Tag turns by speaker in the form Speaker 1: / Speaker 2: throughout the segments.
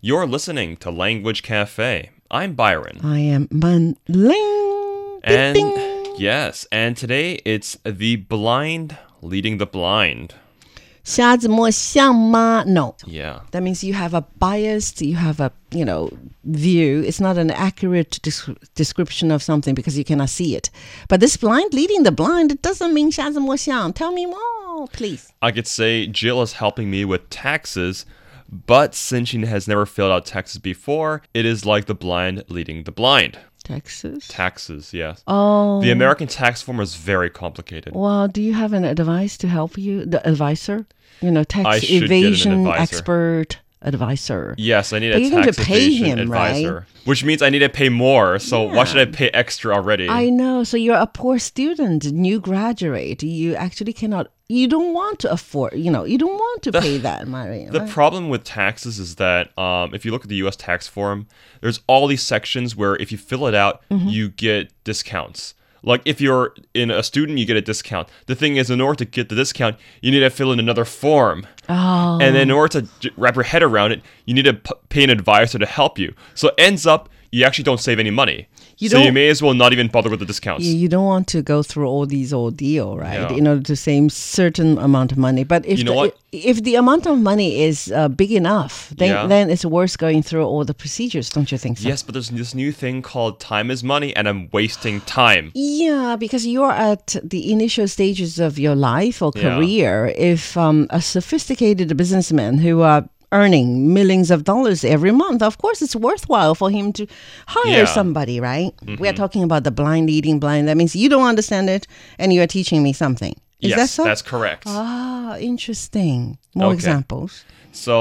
Speaker 1: You're listening to Language Cafe. I'm Byron.
Speaker 2: I am Mun Ling. Ding,
Speaker 1: And
Speaker 2: ding.
Speaker 1: yes, and today it's the blind leading the blind.
Speaker 2: 瞎子摸象吗? No.
Speaker 1: Yeah.
Speaker 2: That means you have a biased, you have a, you know, view. It's not an accurate des- description of something because you cannot see it. But this blind leading the blind, it doesn't mean 瞎子摸象. Tell me more, please.
Speaker 1: I could say Jill is helping me with taxes, but since she has never filled out taxes before, it is like the blind leading the blind.
Speaker 2: Texas.
Speaker 1: Taxes, yes.
Speaker 2: Oh.
Speaker 1: The American tax form is very complicated.
Speaker 2: Well, do you have an advice to help you? The advisor? You know,
Speaker 1: I
Speaker 2: tax
Speaker 1: should get an
Speaker 2: evasion
Speaker 1: advisor.
Speaker 2: expert advisor.
Speaker 1: Yes, I need
Speaker 2: But
Speaker 1: a
Speaker 2: you need to
Speaker 1: tax
Speaker 2: pay
Speaker 1: evasion
Speaker 2: him, right?
Speaker 1: advisor, which means I need to pay more. So why should I pay extra already?
Speaker 2: I know. So you're a poor student, new graduate. You actually cannot. You don't want to afford. You know, you don't want to pay that money.
Speaker 1: The
Speaker 2: right?
Speaker 1: problem with taxes is that um, if you look at the U.S. tax form, there's all these sections where if you fill it out,
Speaker 2: Mm-hmm.
Speaker 1: you get discounts. Like if you're in a student, you get a discount. The thing is, in order to get the discount, you need to fill in another form,
Speaker 2: oh,
Speaker 1: and then in order to j- wrap your head around it, you need to p- pay an advisor to help you. So it ends up you actually don't save any money.
Speaker 2: You
Speaker 1: so you
Speaker 2: don't-
Speaker 1: may as well not even bother with the discounts.
Speaker 2: you, you don't want to go through all these ordeal, right?
Speaker 1: Yeah.
Speaker 2: In order to save certain amount of money. But if
Speaker 1: You know
Speaker 2: the,
Speaker 1: what?
Speaker 2: if the amount of money is uh, big enough, then
Speaker 1: Yeah.
Speaker 2: then it's worth going through all the procedures, don't you think so?
Speaker 1: Yes, but there's this new thing called time is money, and I'm wasting time.
Speaker 2: Yeah, because you're at the initial stages of your life or
Speaker 1: Yeah.
Speaker 2: career. If um, a sophisticated businessman who are earning millions of dollars every month, of course, it's worthwhile for him to hire
Speaker 1: Yeah. Mm-hmm.
Speaker 2: somebody, right? We are talking about the blind leading blind. That means you don't understand it, and you are teaching me something. Is
Speaker 1: yes,
Speaker 2: that so?
Speaker 1: that's correct.
Speaker 2: ah, interesting. More
Speaker 1: Okay.
Speaker 2: examples.
Speaker 1: So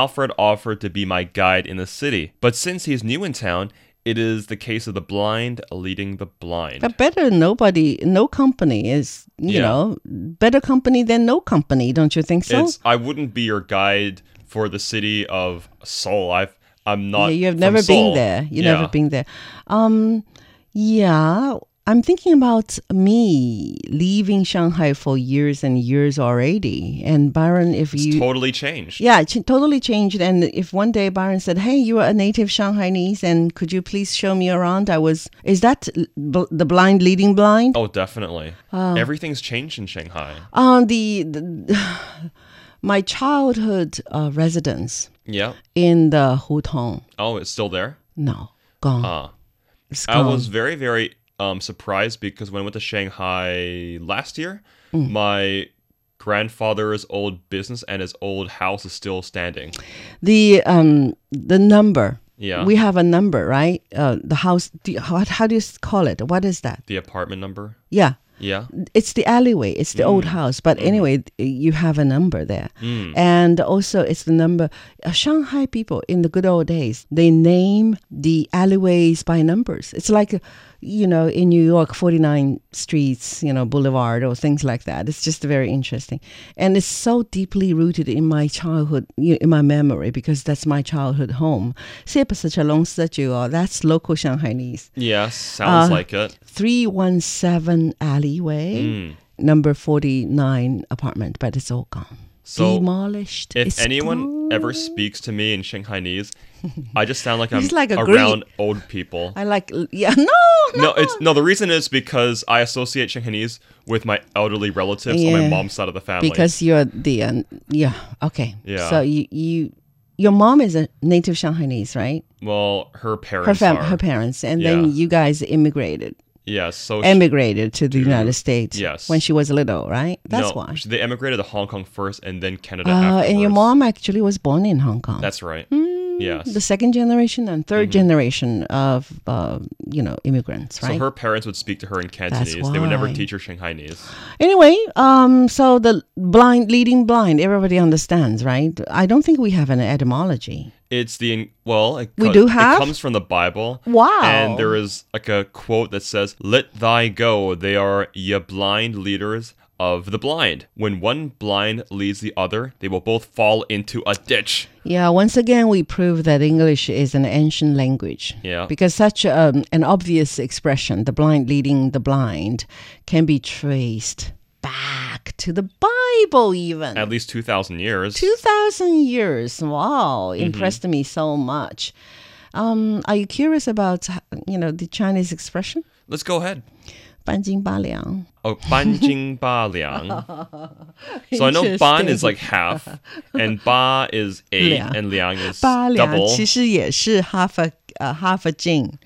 Speaker 1: Alfred offered to be my guide in the city, but since he's new in town, it is the case of the blind leading the blind.
Speaker 2: But better nobody, no company is, you
Speaker 1: Yeah.
Speaker 2: know, better company than no company, don't you think so?
Speaker 1: it's I wouldn't be your guide for the city of Seoul. I've I'm not.
Speaker 2: Yeah, you have
Speaker 1: from
Speaker 2: never
Speaker 1: Seoul.
Speaker 2: been there. You've
Speaker 1: Yeah.
Speaker 2: never been there. Um, yeah, I'm thinking about me leaving Shanghai for years and years already. And Byron, if
Speaker 1: It's
Speaker 2: you
Speaker 1: totally changed.
Speaker 2: yeah, it ch- totally changed. And if one day Byron said, "Hey, you are a native Shanghainese, and could you please show me around?" I was. Is that bl- the blind leading blind?
Speaker 1: Oh, definitely. Everything's changed in Shanghai.
Speaker 2: Uh, the, the my childhood uh, residence
Speaker 1: Yeah.
Speaker 2: in the Hutong.
Speaker 1: Oh, it's still there.
Speaker 2: No, gone.
Speaker 1: Ah.
Speaker 2: It's
Speaker 1: I
Speaker 2: gone.
Speaker 1: was very, very um, surprised because when I went to Shanghai last year,
Speaker 2: Mm.
Speaker 1: my grandfather's old business and his old house is still standing.
Speaker 2: the um the number
Speaker 1: Yeah.
Speaker 2: we have a number right uh the house the, how, how do you s- call it what is that
Speaker 1: the apartment number.
Speaker 2: yeah
Speaker 1: Yeah.
Speaker 2: it's the alleyway it's the old house but anyway th- you have a number there and also it's the number uh, shanghai people in the good old days they name the alleyways by numbers it's like uh, you know in new york 49 streets you know boulevard or things like that it's just very interesting and it's so deeply rooted in my childhood you- in my memory because that's my childhood home 是不是成龙社区哦? that's local shanghainese
Speaker 1: Yeah. Sounds like it.
Speaker 2: 317 alleyway,
Speaker 1: Hmm.
Speaker 2: number 49 apartment, but it's all gone.
Speaker 1: So,
Speaker 2: Demolished.
Speaker 1: If
Speaker 2: It's
Speaker 1: anyone
Speaker 2: gone.
Speaker 1: ever speaks to me in Shanghainese, I just sound like I'm
Speaker 2: He's like a Greek.
Speaker 1: around old people.
Speaker 2: I like, yeah, no,
Speaker 1: No, it's no. The reason is because I associate Shanghainese with my elderly relatives on my
Speaker 2: Yeah.
Speaker 1: mom's side of the family.
Speaker 2: because you're the, uh, yeah, okay.
Speaker 1: Yeah.
Speaker 2: So you, you, your mom is a native Shanghainese, right?
Speaker 1: well, her parents
Speaker 2: Her fam,
Speaker 1: are.
Speaker 2: her parents, and
Speaker 1: Yeah.
Speaker 2: then you guys immigrated,
Speaker 1: yeah. So she-
Speaker 2: emigrated to the United States.
Speaker 1: yes.
Speaker 2: when she was little, right? That's
Speaker 1: no,
Speaker 2: why.
Speaker 1: she- they emigrated to Hong Kong first and then Canada
Speaker 2: Uh,
Speaker 1: afterwards.
Speaker 2: and your mom actually was born in Hong Kong.
Speaker 1: That's right. yes.
Speaker 2: the second generation and 3rd generation of uh, you know immigrants, right?
Speaker 1: Mm-hmm. so her parents would speak to her in Cantonese. They would never
Speaker 2: why.
Speaker 1: teach her Shanghainese.
Speaker 2: anyway, um, so the blind leading blind, everybody understands, right? I don't think we have an etymology.
Speaker 1: It's the well. It
Speaker 2: We
Speaker 1: co-
Speaker 2: do have?
Speaker 1: It comes from the Bible.
Speaker 2: Wow.
Speaker 1: And there is like a quote that says, "Let thy go; they are ye blind leaders of the blind. When one blind leads the other, they will both fall into a ditch."
Speaker 2: Yeah, once again, we prove that English is an ancient language.
Speaker 1: Yeah.
Speaker 2: Because such um, an obvious expression, the blind leading the blind, can be traced back to the Bible, even.
Speaker 1: At least 2,000 years.
Speaker 2: 2,000 years. Wow.
Speaker 1: Mm-hmm.
Speaker 2: Impressed me so much. Um, are you curious about, you know, the Chinese expression?
Speaker 1: Let's go ahead.
Speaker 2: 半斤八两.
Speaker 1: Oh, ban jing ba liang. So I know ban is like half, and ba is eight,
Speaker 2: Liang.
Speaker 1: and liang is double.
Speaker 2: 八两其实也是 half a uh, half a jing.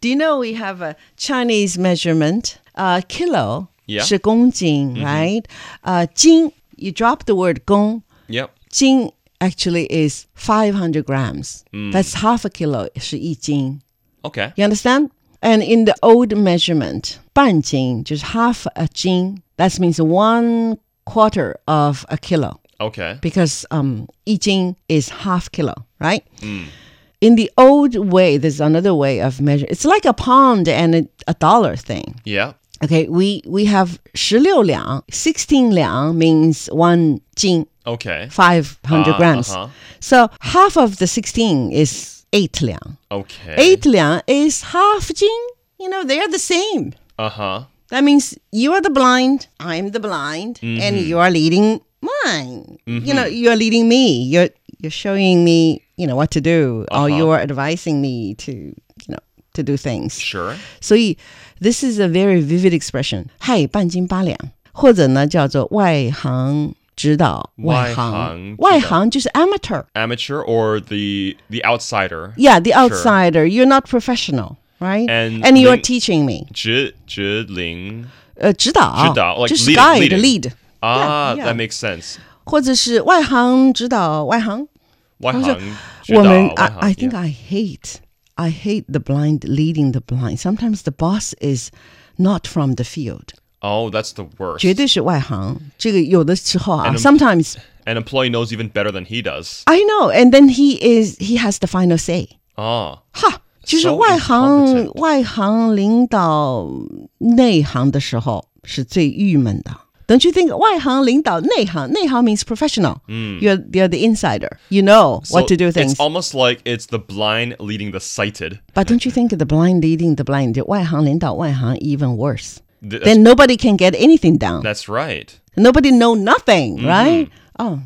Speaker 2: Do you know we have a Chinese measurement? Uh, kilo
Speaker 1: Yeah. Mm-hmm.
Speaker 2: 是公斤, right? Uh, jing, you drop the word gong.
Speaker 1: Yep.
Speaker 2: Jing actually is 500 grams.
Speaker 1: Mm.
Speaker 2: That's half a kilo 是一斤.
Speaker 1: Okay.
Speaker 2: You understand? And in the old measurement, 半斤 just half a jing. That means one quarter of a kilo
Speaker 1: Okay.
Speaker 2: because um, eating is half kilo, right?
Speaker 1: Hmm.
Speaker 2: In the old way, there's another way of measure. It's like a pound and a, a dollar thing.
Speaker 1: Yeah.
Speaker 2: Okay, we we have 16两. 16 liang means one jing,
Speaker 1: Okay.
Speaker 2: 500
Speaker 1: Ah,
Speaker 2: grams.
Speaker 1: uh-huh.
Speaker 2: So half of the 16 is 8 liang.
Speaker 1: Okay.
Speaker 2: 8 liang is half jing. You know, they are the same.
Speaker 1: Uh huh.
Speaker 2: That means you are the blind, I'm the blind, and
Speaker 1: Mm-hmm.
Speaker 2: you are leading mine. You know, you are leading me. You're you're showing me, you know, what to do,
Speaker 1: Uh-huh.
Speaker 2: or you are advising me to, you know, to do things.
Speaker 1: Sure.
Speaker 2: 所以 this is a very vivid expression. 嗨，半斤八两，或者呢叫做外行指导。
Speaker 1: 外行指导。
Speaker 2: 外行就是 amateur.
Speaker 1: Amateur or the the outsider.
Speaker 2: Yeah, the outsider. You're not professional, right?
Speaker 1: And
Speaker 2: you are
Speaker 1: then-
Speaker 2: teaching me.
Speaker 1: 指-指令.
Speaker 2: 呃，指导，
Speaker 1: 指导，like
Speaker 2: 就是
Speaker 1: lead-
Speaker 2: guide,
Speaker 1: leading.
Speaker 2: lead.
Speaker 1: Ah,
Speaker 2: yeah.
Speaker 1: that makes sense.
Speaker 2: 或者是外行指导外行。
Speaker 1: 外行
Speaker 2: 我们
Speaker 1: 指导，
Speaker 2: I I
Speaker 1: 外行，
Speaker 2: think I hate I hate the blind leading the blind. Sometimes the boss is not from the field，
Speaker 1: Oh, that's the worst.
Speaker 2: 绝对是外行。这个有的时候啊
Speaker 1: And-
Speaker 2: ，sometimes
Speaker 1: An employee knows even better than he does.
Speaker 2: I know, and then he is he has the final say。
Speaker 1: Oh.
Speaker 2: 哈，就是外行
Speaker 1: incompetent
Speaker 2: 外行领导内行的时候是最郁闷的。Don't you think 外行领导内行？内行 means professional. You're you're the insider. You know what to do
Speaker 1: Mm. It's
Speaker 2: things.
Speaker 1: almost like it's the blind leading the sighted.
Speaker 2: But don't you think the blind leading the blind, the 外行领导外行 even worse?
Speaker 1: Th- that's,
Speaker 2: Then nobody can get anything down.
Speaker 1: that's right.
Speaker 2: Nobody know nothing,
Speaker 1: Mm-hmm.
Speaker 2: right? Oh, 哦，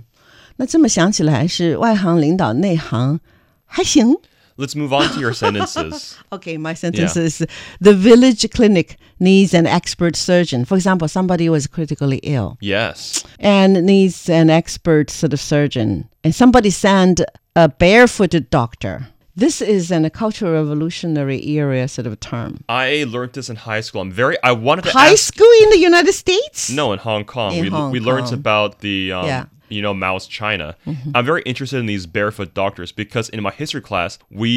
Speaker 2: 那这么想起来是外行领导内行还行。
Speaker 1: Let's move on to your sentences.
Speaker 2: Okay, my sentence is the village clinic needs an expert surgeon. For example, somebody was critically ill
Speaker 1: Yes.
Speaker 2: and needs an expert sort of surgeon, and somebody sent a barefooted doctor. This is an, a cultural revolutionary era sort of term.
Speaker 1: I learned this in high school. I'm very. I wanted to
Speaker 2: High
Speaker 1: ask.
Speaker 2: school in the United States?
Speaker 1: No, in Hong Kong,
Speaker 2: In
Speaker 1: we
Speaker 2: Hong
Speaker 1: we learned
Speaker 2: Kong.
Speaker 1: about the um,
Speaker 2: Yeah. Mm-hmm.
Speaker 1: you know Mao's China. I'm very interested in these barefoot doctors because in my history class we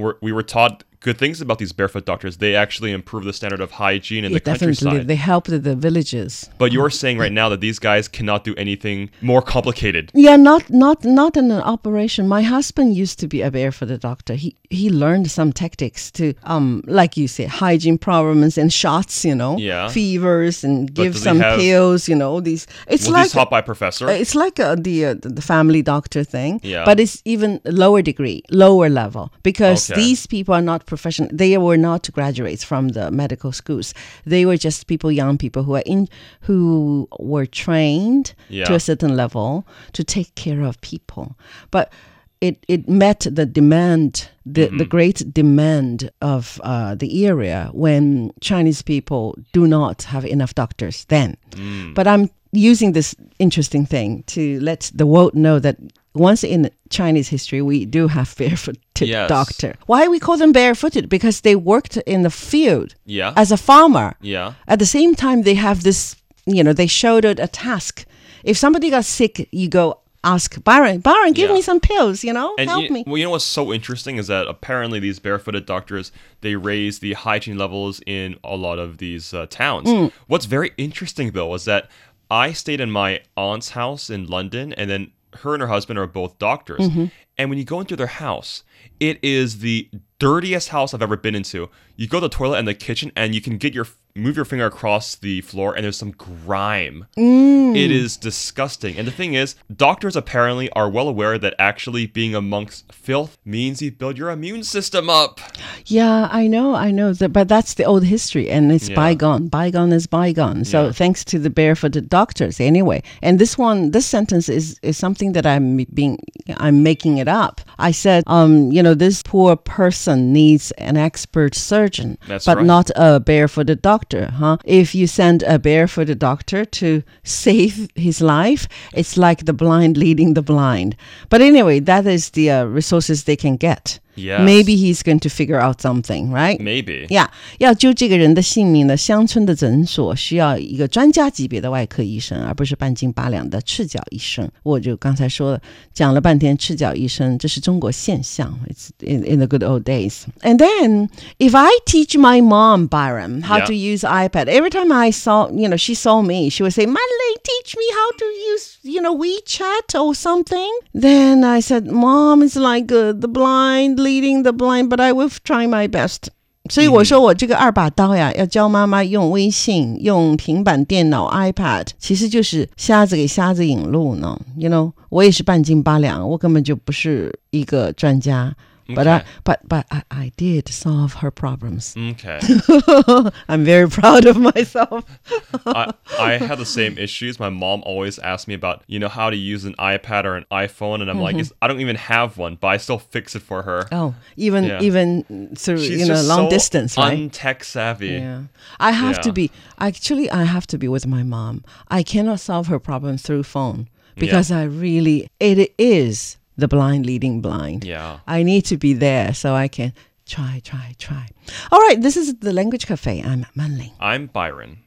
Speaker 1: were we were taught good things about these barefoot doctors. They actually improve the standard of hygiene in
Speaker 2: Yeah,
Speaker 1: the countryside.
Speaker 2: definitely. They helped the villages.
Speaker 1: but you're saying right now that these guys cannot do anything more complicated.
Speaker 2: Yeah, not not not in an operation. My husband used to be a barefooted doctor. He he learned some tactics to um like you say hygiene problems and shots, you know,
Speaker 1: Yeah.
Speaker 2: fevers and give
Speaker 1: does he
Speaker 2: some
Speaker 1: have-
Speaker 2: pills, you know, these. It's
Speaker 1: Was
Speaker 2: like
Speaker 1: this taught by a professor?
Speaker 2: it's like uh, the uh, the family doctor thing,
Speaker 1: Yeah.
Speaker 2: but it's even lower degree, lower level because
Speaker 1: Okay.
Speaker 2: these people are not professional. They were not graduates from the medical schools. They were just people, young people who are in who were trained to
Speaker 1: Yeah.
Speaker 2: a certain level to take care of people, but. It, it met the demand, the, the
Speaker 1: Mm-hmm.
Speaker 2: great demand of uh, the area when Chinese people do not have enough doctors then.
Speaker 1: Mm.
Speaker 2: But I'm using this interesting thing to let the world know that once in Chinese history, we do have barefooted
Speaker 1: Yes.
Speaker 2: doctor. Why we call them barefooted? Because they worked in the field
Speaker 1: yeah.
Speaker 2: as a farmer.
Speaker 1: yeah.
Speaker 2: At the same time, they have this, you know, they shouldered a task. If somebody got sick, you go ask Byron, Byron, give
Speaker 1: Yeah.
Speaker 2: me some pills, you know,
Speaker 1: And
Speaker 2: help
Speaker 1: you,
Speaker 2: me.
Speaker 1: Well, you know what's so interesting is that apparently these barefooted doctors they raise the hygiene levels in a lot of these uh, towns.
Speaker 2: Mm.
Speaker 1: What's very interesting though is that I stayed in my aunt's house in London, and then her and her husband are both doctors.
Speaker 2: Mm-hmm.
Speaker 1: And when you go into their house, it is the dirtiest house I've ever been into. You go to the toilet and the kitchen, and you can get your move your finger across the floor and there's some grime.
Speaker 2: Hmm.
Speaker 1: It is disgusting. And the thing is, doctors apparently are well aware that actually being amongst filth means you build your immune system up.
Speaker 2: Yeah, I know, I know. That, but that's the old history, and it's
Speaker 1: Yeah.
Speaker 2: bygone. Bygone is bygone. So thanks to the barefooted doctors, anyway. And this one, this sentence is is something that I'm being, I'm making it up. I said, um, you know, this poor person needs an expert surgeon,
Speaker 1: That's
Speaker 2: but
Speaker 1: right.
Speaker 2: not a barefooted doctor, huh? If you send a barefooted doctor to save his life, it's like the blind leading the blind. But anyway, that is the uh, resources they can get.
Speaker 1: Yes.
Speaker 2: Maybe he's going to figure out something, right?
Speaker 1: Maybe.
Speaker 2: Yeah，要揪这个人的姓名呢，乡村的诊所需要一个专家级别的外科医生，而不是半斤八两的赤脚医生。我就刚才说了，讲了半天赤脚医生，这是中国现象。It's in in the good old days. And then if I teach my mom Byron how
Speaker 1: Yeah.
Speaker 2: to use iPad, every time I saw, you know, she saw me, she would say, "Manley, teach me how to use, you know, WeChat or something." Then I said, "Mom, it's like uh, the blind leading the blind, but I will try my best." 所以我说我这个二把刀呀，要教妈妈用微信、用平板电脑、iPad，其实就是瞎子给瞎子引路呢。You know，我也是半斤八两，我根本就不是一个专家。But I,
Speaker 1: Okay.
Speaker 2: but but I, I did solve her problems.
Speaker 1: Okay.
Speaker 2: I'm very proud of myself.
Speaker 1: I, I had the same issues. My mom always asked me about, you know, how to use an iPad or an iPhone, and I'm like, it's, I don't even have one, but I still fix it for her.
Speaker 2: Mm-hmm. Oh, even
Speaker 1: Yeah.
Speaker 2: even through
Speaker 1: She's
Speaker 2: you know
Speaker 1: just
Speaker 2: long
Speaker 1: so
Speaker 2: distance, right?
Speaker 1: untech savvy.
Speaker 2: Yeah. I have to
Speaker 1: Yeah.
Speaker 2: be actually I have to be with my mom. I cannot solve her problem through phone because I really it is the blind leading blind.
Speaker 1: Yeah.
Speaker 2: I need to be there so I can try, try, try. All right, this is the language cafe. I'm Manling.
Speaker 1: I'm Byron.